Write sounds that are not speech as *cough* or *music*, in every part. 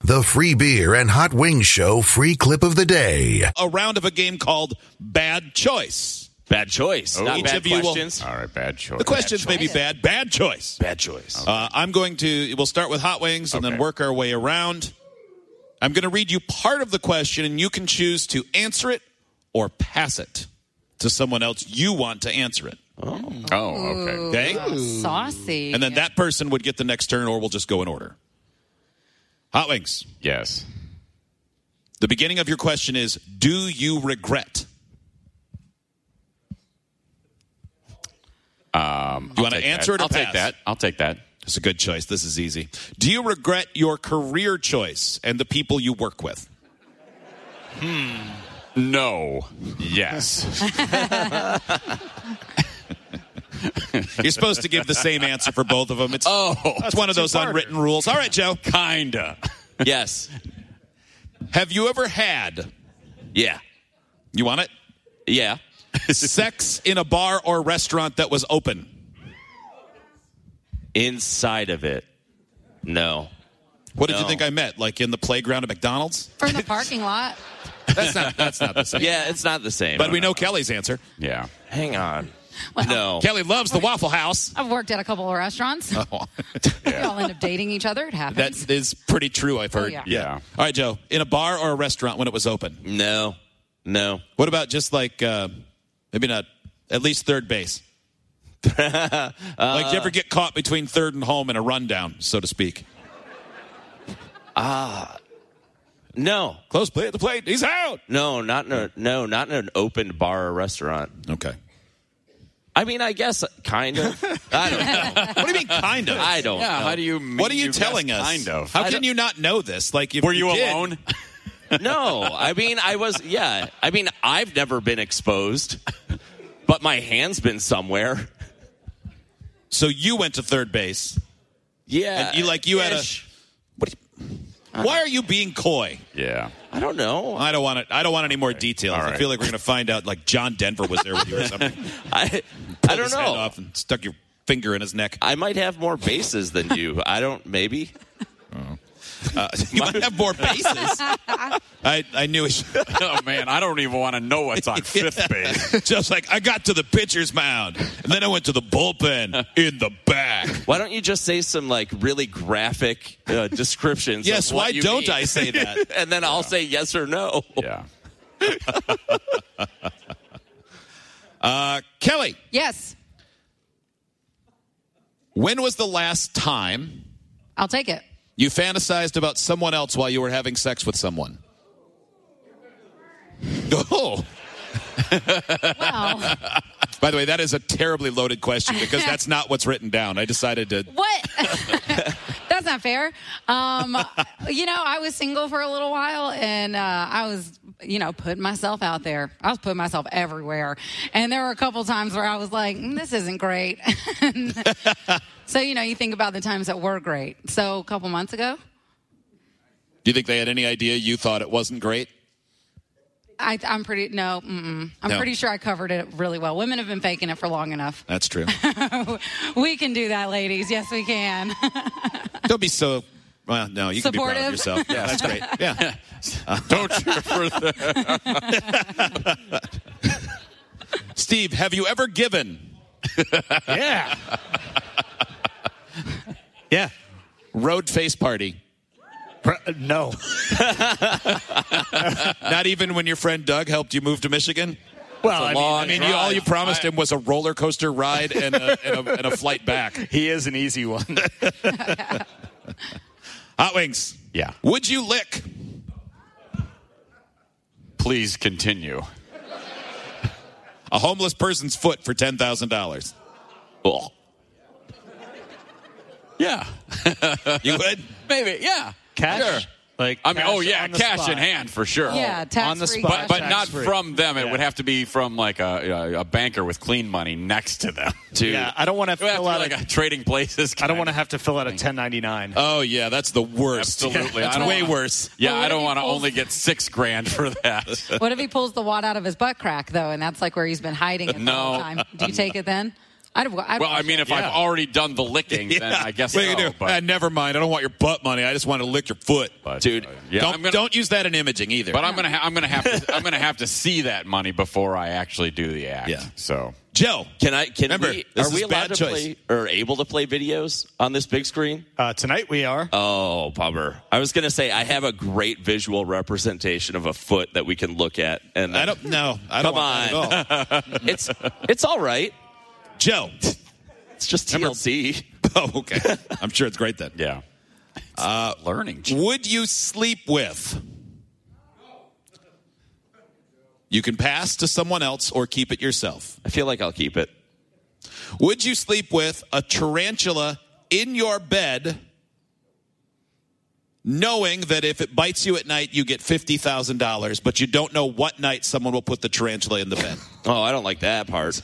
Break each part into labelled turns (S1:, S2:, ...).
S1: The free beer and hot wings show free clip of the day.
S2: a round of a game called Bad Choice.
S3: Bad choice. Not
S2: Each
S3: bad
S2: of you will-
S3: questions.
S4: All right, bad choice.
S2: The questions may be bad. Bad choice.
S3: Bad choice.
S2: Uh, I'm going to, we'll start with hot wings and then
S4: Okay.
S2: work our way around. I'm going to read you part of the question and you can choose to answer it or pass it to someone else you want to answer it.
S4: Oh, okay.
S2: Okay?
S5: Saucy.
S2: And then that person would get the next turn or we'll just go in order. Hot wings.
S4: Yes.
S2: The beginning of your question is Do you regret? Um, you want to
S4: Take
S2: answer it
S4: that.
S2: or
S4: I'll
S2: pass?
S4: take that. I'll take that.
S2: It's a good choice. This is easy. Do you regret your career choice and the people you work with?
S4: No. Yes.
S2: You're supposed to give the same answer for both of them. It's,
S4: *laughs* oh,
S2: it's one of those unwritten rules. All right, Joe.
S4: kinda.
S3: yes.
S2: Have you ever had,
S3: Yeah.
S2: you want
S4: *laughs*
S2: it?
S3: Yeah.
S2: Sex in a bar or restaurant that was open?
S3: Inside of it. No.
S2: What did you
S3: No.
S2: think I meant? Like in the playground at McDonald's? *laughs*
S5: from the parking lot.
S2: That's not, that's not the same.
S3: Yeah, it's not the same.
S2: But we know Kelly's answer.
S4: Yeah.
S3: Hang on.
S5: Well,
S4: Oh.
S3: No.
S2: Kelly loves the Waffle House.
S5: I've worked at a couple of restaurants. *laughs*
S2: *laughs*
S5: We all end up dating each other. It happens.
S2: Oh. That is pretty true, I've heard.
S5: yeah.
S4: Yeah.
S2: All right, Joe. In a bar or a restaurant when it was open?
S3: No. No.
S2: What about just like, uh, maybe not, at least third base? like, do you ever get caught between third and home in a rundown, so to speak?
S3: No.
S2: Close play at the plate. He's out.
S3: No, not in a, no, not in an open bar or restaurant.
S2: Okay.
S3: I mean, I guess kind of. I don't know.
S2: What do you mean, kind of?
S3: *laughs* I don't
S4: Yeah.
S3: know.
S4: How do you? Mean
S2: what are you
S4: guessed
S2: telling us?
S4: Kind of.
S2: How
S3: I
S2: can
S3: don't-
S2: you not know this? Like, if
S4: Were you
S2: did-
S4: alone?
S3: No, I mean, I was, yeah. I mean, I've never been exposed, but my hand's been somewhere.
S2: So you went to third base.
S3: Yeah.
S2: And you- like, you had a-
S3: ish.
S2: Why are you being coy?
S4: Yeah.
S3: I don't know.
S2: I don't want it. I don't want any more details.
S4: All
S2: I
S4: right.
S2: feel like we're going to find out. Like John Denver was there with you or something.
S3: I, I
S2: Pulled
S3: don't
S2: his hand
S3: know. Uh,
S2: off and stuck your finger in his neck.
S3: I might have more bases than you. I don't. Maybe.
S2: Uh, *laughs* You might have more
S3: *laughs*
S2: bases. I, I knew it.
S4: *laughs* Oh man, I don't even want to know what's on *laughs* fifth base.
S2: *laughs* Just like I got to the pitcher's mound, and then I went to the bullpen in the back.
S3: *laughs* Why don't you just say some like really graphic uh, *laughs* descriptions? of
S2: Yes,
S3: what
S2: why
S3: you
S2: don't
S3: mean?
S2: I
S3: *laughs*
S2: say that?
S3: and then I'll say yes or no.
S4: Yeah.
S2: Uh, Kelly,
S5: yes,
S2: when was the last time
S5: I'll take it.
S2: you fantasized about someone else while you were having sex with
S3: *laughs*
S2: someone? Oh, *laughs*
S5: Well,
S2: by the way, that is a terribly loaded question
S3: *laughs*
S2: because that's not what's written down. I decided to.
S5: what? *laughs* That's not fair. Um, you know, I was single for a little while, and uh, I was, you know, putting myself out there. I was putting myself everywhere, and there were a couple times where I was like, "Mm, "This isn't
S2: *laughs*
S5: great." *laughs* so you know, you think about the times that were great. So a couple months ago,
S2: Do you think they had any idea you thought it wasn't great?
S5: I, I'm pretty no, mm-mm. I'm
S2: No.
S5: pretty sure I covered it really well. Women have been faking it for long enough.
S2: That's true.
S5: We can do that, ladies. Yes, we can. *laughs*
S2: Oh, Don't be so. Well, no, you can
S5: Supportive.
S2: be proud of yourself. Yeah, that's great. Yeah.
S4: Don't cheer for the.
S2: *laughs* Steve, have you ever given? yeah. *laughs* yeah. Road face party.
S6: No.
S2: Not even when your friend Doug helped you move to Michigan.
S6: Well,
S3: a
S6: I
S3: long-
S6: mean,
S2: I mean, you, all you promised him was a roller coaster ride and a, and a, and a flight back.
S6: he is an easy one.
S2: Hot wings.
S4: Yeah.
S2: Would you lick?
S4: Please continue.
S2: A homeless person's foot for ten thousand dollars.
S3: Ugh.
S4: Yeah.
S2: You would?
S4: Maybe. Yeah.
S6: Cash?
S4: Sure.
S6: Like,
S4: I mean,
S6: cash
S4: oh yeah,
S6: on the
S4: cash
S6: spot.
S4: in hand for sure.
S5: Yeah,
S4: Oh,
S5: tax
S6: on the
S5: free
S6: spot,
S5: cash.
S4: But, but not
S6: Tax-free.
S4: from them. It
S6: Yeah.
S4: would have to be from like a, a, a banker with clean money next to them.
S3: Dude.
S6: Yeah, I don't want to
S4: It would have to
S6: fill
S4: be
S6: out
S4: like
S6: a,
S4: a trading places.
S6: I don't want
S4: kinda-
S6: to have to fill out a 1099.
S2: Oh yeah, that's the worst. *laughs*
S4: Absolutely.
S2: that's
S4: I don't
S2: way
S4: wanna-
S2: worse.
S4: Yeah,
S5: Well,
S4: I don't want
S5: what if
S4: to
S5: he pulls-
S4: only get six grand for
S5: *laughs*
S4: that.
S5: What if he pulls the wad out of his butt crack though, and that's like where he's been hiding it the
S4: No.
S5: whole time? Do you take it then? I'd, I'd
S4: Well, I mean, if
S6: Yeah.
S4: I've already done the licking, then I guess
S2: What are you
S4: no,
S2: gonna do?
S4: but-
S2: Ah, never mind. I don't want your butt money. I just want to lick your foot.
S4: but,
S3: Dude,
S4: uh, yeah,
S2: don't,
S4: I'm gonna-
S2: don't use that in imaging either.
S4: But I'm gonna ha- I'm gonna have to I'm gonna have to see that money before I actually do the act.
S2: Yeah.
S4: So
S2: Joe,
S3: Can I? Can
S2: Remember,
S3: we?
S2: this
S3: Are we
S2: is
S3: allowed
S2: bad
S3: to
S2: choice.
S3: play or able to play videos on this big screen?
S6: Uh, tonight we are.
S3: Oh, bummer. I was gonna say I have a great visual representation of a foot that we can look at, and
S2: I don't know. I don't
S3: Come
S2: want that at all.
S3: It's it's all right.
S4: *laughs*
S2: Joe. *laughs*
S3: It's just TLC.
S2: Oh, okay. I'm sure it's great then.
S4: yeah, Uh, learning.
S2: Would you sleep with? You can pass to someone else or keep it yourself.
S3: I feel like I'll keep it.
S2: Would you sleep with a tarantula in your bed, knowing that if it bites you at night, you get $50,000, but you don't know what night someone will put the tarantula in the bed?
S3: Oh, I don't like that part.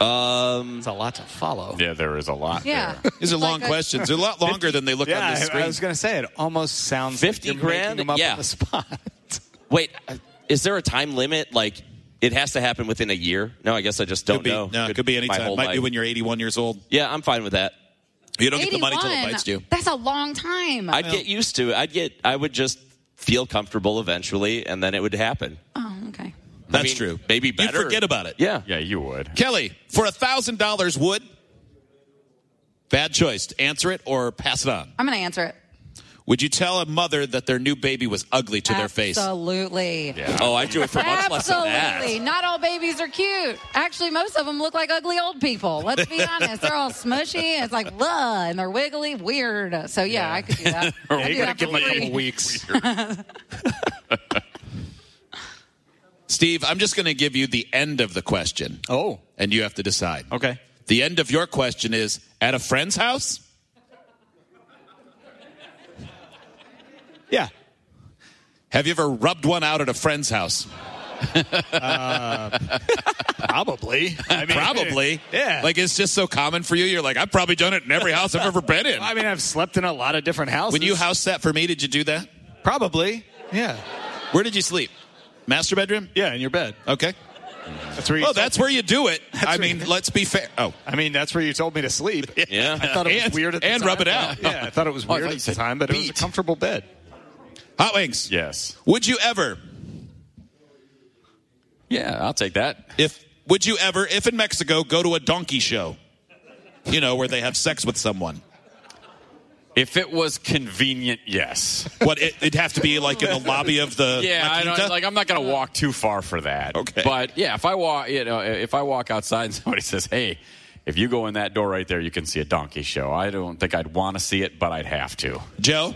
S3: Um,
S7: It's a lot to follow.
S4: Yeah, there is a lot.
S5: yeah.
S4: There.
S2: These are long
S5: Like a-
S2: questions. They're a
S6: *laughs*
S2: lot longer than they look on
S6: yeah,
S2: the
S6: I,
S2: screen.
S6: I was going to say it almost sounds
S3: 50
S6: like you're making
S3: grand?
S6: them up
S3: Yeah.
S6: on the spot.
S3: Wait, uh, is there a time limit? Like, it has to happen within a year? No, I guess I just don't
S2: could be,
S3: know.
S2: No, could, be
S3: my
S2: anytime.
S3: whole
S2: Might be
S3: life.
S2: when you're 81 years old.
S3: yeah, I'm fine with that.
S2: You don't get the money till it
S5: 81.
S2: bites you.
S5: That's a long time.
S3: I'd get used to it. I'd get. I would just feel comfortable eventually, and then it would happen.
S5: oh, okay.
S2: That's
S3: mean,
S2: true.
S3: maybe better.
S2: You forget about it.
S3: Yeah.
S4: Yeah, you would.
S2: Kelly, for a thousand dollars, would bad choice. Answer it or pass it on.
S5: I'm going to answer it.
S2: Would you tell a mother that their new baby was ugly to their face?
S5: Absolutely.
S3: Oh, I do it for much less than
S5: Absolutely.
S3: that.
S5: Not all babies are cute. Actually, most of them look like ugly old people. Let's be honest. They're all smushy. It's like, blah, and they're wiggly, weird. So, yeah, I could do
S6: *laughs*
S5: that. I'd do
S6: you
S5: that
S6: got to give
S5: for
S6: them a couple
S5: free.
S6: weeks.
S2: Steve, I'm just going to give you the end of the question.
S6: Oh.
S2: And you have to decide.
S6: Okay.
S2: The end of your question is at a friend's house?
S6: Yeah.
S2: Have you ever rubbed one out at a friend's house?
S6: Probably. I mean,
S2: Probably.
S6: *laughs* Yeah.
S2: Like it's just so common for you. You're like, I've probably done it in every house I've ever been in.
S6: *laughs* I mean, I've slept in a lot of different houses.
S2: When you house sat for me, did you do that?
S6: Probably. Yeah.
S2: Where did you sleep? Master bedroom?
S6: Yeah, in your bed.
S2: Okay.
S6: That's where you
S2: Well, Oh, that's where you do it. I mean,
S6: right.
S2: let's be fair. Oh,
S6: I mean, that's where you told me to sleep.
S3: Yeah.
S2: *laughs*
S6: I thought it was
S2: And-
S6: weird at the
S2: and
S6: time.
S2: rub it out.
S6: Yeah, I thought it was
S4: I
S6: weird
S4: thought
S6: at
S4: you
S6: the
S4: said
S6: time, but it was a
S4: beat.
S6: comfortable bed.
S2: hot wings.
S4: Yes.
S2: Would you ever,
S4: Yeah, I'll take that.
S2: if would you ever, if in Mexico, go to a donkey show? You know, where they have sex with someone.
S4: If it was convenient, yes.
S2: What it, it'd have to be like in the lobby of the.
S4: Yeah,
S2: La
S4: I
S2: Quinta?
S4: don't, like I'm not going to walk too far for that.
S2: Okay.
S4: but yeah, if I walk, you know, if I walk outside and *laughs* somebody says, "Hey," if you go in that door right there, you can see a donkey show. I don't think I'd want to see it, but I'd have to.
S2: Joe,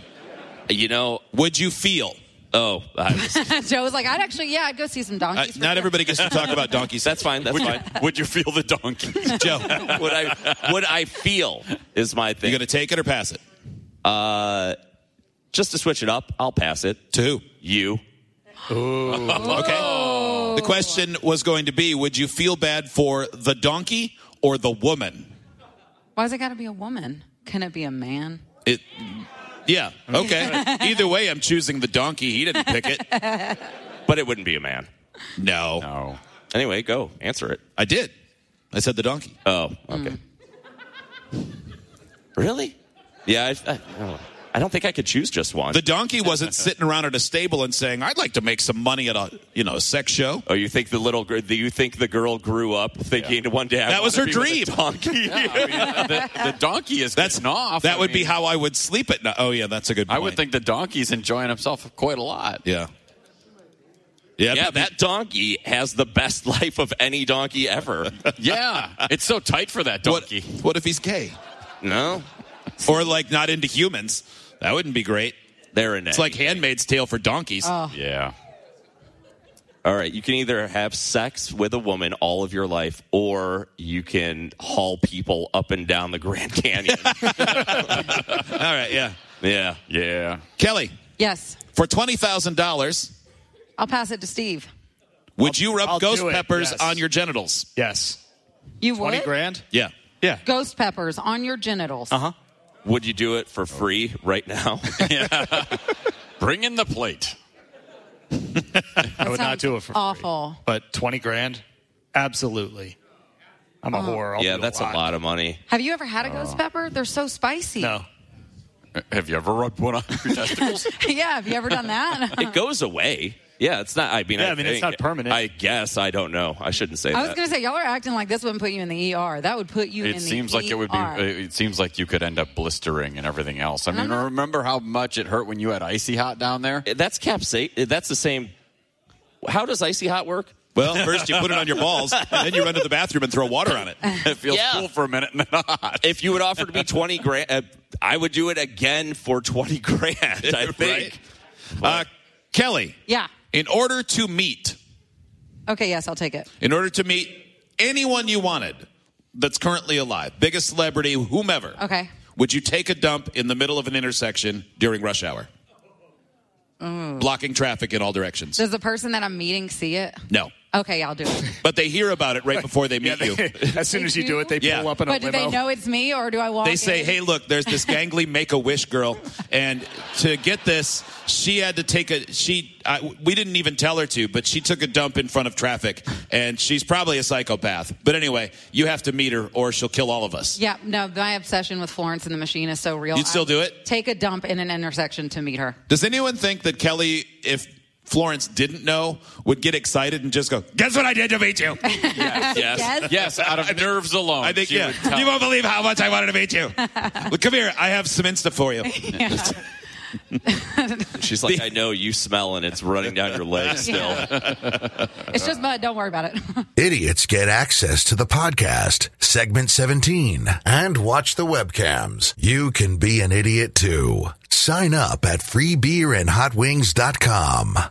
S3: You know.
S2: would you feel?
S3: Oh, I was-
S5: *laughs* Joe was like, I'd actually, yeah, I'd go see some
S2: Uh,
S5: donkeys. for
S2: not
S5: sure.
S2: everybody gets to talk about donkeys.
S3: that's fine. That's fine.
S4: *laughs* Would you feel the *laughs* donkey?
S2: *laughs* Joe.
S3: Would I? Would I feel? Is my
S2: You
S3: thing. Uh,
S2: gonna take it or pass it?
S3: just to switch it up, I'll pass it.
S2: To who?
S3: You.
S2: Okay. The question was going to be: Would you feel bad for the donkey or the woman?
S5: Why's it got to be a woman? Can it be a man?
S2: It. Yeah.
S4: *laughs*
S2: Okay. Either way, I'm choosing the donkey. He didn't pick it.
S3: But it wouldn't be a man.
S2: No.
S4: No.
S3: Anyway, go answer it.
S2: I did. I said the donkey.
S3: Oh, okay. Hmm. really? Yeah, I, I, don't know. I don't think I could choose just one.
S2: The donkey wasn't sitting around at a stable and saying, "I'd like to make some money at a you know a sex show."
S3: oh, you think the little girl? Do you think the girl grew up thinking one day I
S2: That was
S3: wanna
S2: her
S3: be with
S2: dream. *laughs*
S3: a *laughs* donkey?
S4: I mean, the, the donkey is
S2: That's
S4: getting off.
S2: That
S4: I
S2: would be
S4: mean,
S2: how I would sleep at night. Oh yeah, that's a good. Point.
S4: I would think the donkey's enjoying himself quite a lot.
S2: Yeah. Yeah.
S3: yeah,
S2: but-
S3: that donkey has the best *laughs* life of any donkey ever.
S2: *laughs*
S4: Yeah, it's so tight for that
S2: what,
S4: donkey.
S2: what if he's gay
S3: *laughs* no,
S2: or like not into humans? That wouldn't be great.
S3: they're in it.
S2: It's like Handmaid's Tale for donkeys.
S6: Oh.
S4: Yeah.
S3: all right, you can either have sex with a woman all of your life, or you can haul people up and down the
S2: *laughs*
S3: Grand *laughs* Canyon.
S2: All right. Yeah.
S3: yeah,
S2: *laughs*
S4: Yeah.
S2: Kelly,
S5: Yes.
S2: for twenty thousand dollars,
S5: I'll pass it to Steve.
S2: would you rub
S6: I'll
S2: ghost
S6: do it,
S2: peppers
S6: yes.
S2: on your genitals?
S6: Yes.
S5: You
S6: 20
S5: would?
S6: grand?
S2: Yeah.
S6: Yeah.
S5: Ghost peppers on your genitals. Uh-huh.
S3: would you do it for free right
S2: *laughs*
S3: now?
S4: Bring in the plate.
S6: I would not do it for free.
S5: Awful.
S6: But 20 grand? Absolutely. I'm
S2: Oh.
S6: a whore. I'll
S3: yeah,
S6: do
S3: that's a lot of money.
S5: Have you ever had a ghost pepper? They're so spicy.
S6: Oh. No.
S4: Have you ever rubbed one on your testicles?
S5: *laughs* yeah, have you ever done
S6: *laughs*
S5: that?
S3: It goes away. Yeah, it's not. I mean,
S6: Yeah, I mean, it's
S3: think-
S6: not permanent.
S3: I guess I don't know. I shouldn't say
S5: I was
S3: that.
S5: going to say, y'all are acting like this wouldn't put you in the ER. That would put you in
S4: it
S5: the
S4: seems like it would be. uh,
S5: ER.
S4: It seems like you could end up blistering and everything else. I mean, remember how much it hurt when you had icy hot down there?
S3: That's capsaicin. That's the same. How does icy hot work?
S2: Well, first you put it on your balls, and then you run to the bathroom and throw water
S4: *laughs*
S2: on it.
S4: It feels
S3: Yeah.
S4: cool for a minute and then *laughs* hot.
S3: If you would offer me twenty grand, uh, I would do it again for twenty grand. I think.
S2: *laughs* Right? Uh, Kelly,
S5: yeah.
S2: in order to meet,
S5: Okay, yes, I'll take it.
S2: in order to meet anyone you wanted that's currently alive, biggest celebrity, whomever.
S5: Okay.
S2: Would you take a dump in the middle of an intersection during rush hour? Blocking traffic in all directions.
S5: Oh. Does the person that I'm meeting see it?
S2: No.
S5: Okay, I'll do it.
S2: But they hear about it right before they
S6: *laughs*
S2: meet you.
S6: as soon as you do it, they
S2: Yeah.
S6: pull up in
S5: but
S6: a
S5: do
S6: limo.
S5: they know it's me or do I walk
S2: They say,
S5: in?
S2: hey, look, there's this gangly make a wish girl. And to get this, she had to take a, she, I, we didn't even tell her to, but she took a dump in front of traffic. And she's probably a psychopath. But anyway, you have to meet her or she'll kill all of us.
S5: Yeah, no, my obsession with Florence and the Machine is so real.
S2: You'd still
S5: I
S2: do it?
S5: Take a dump in an intersection to meet her.
S2: Does anyone think that Kelly, if Florence didn't know, would get excited and just go, guess what I did to meet you?
S4: *laughs*
S3: Yes.
S5: Yes?
S4: Yes, out of *laughs* nerves alone.
S2: I think,
S4: she
S2: yeah.
S4: would tell-
S2: You won't believe how much I wanted to meet
S4: *laughs*
S2: you. Look, come here. I have some Insta for you.
S3: She's like, I know you smell and it's running down your leg still.
S5: It's just mud. Don't worry about it.
S1: Idiots get access to the podcast, segment 17, and watch the webcams. You can be an idiot too. Sign up at freebeerandhotwings.com.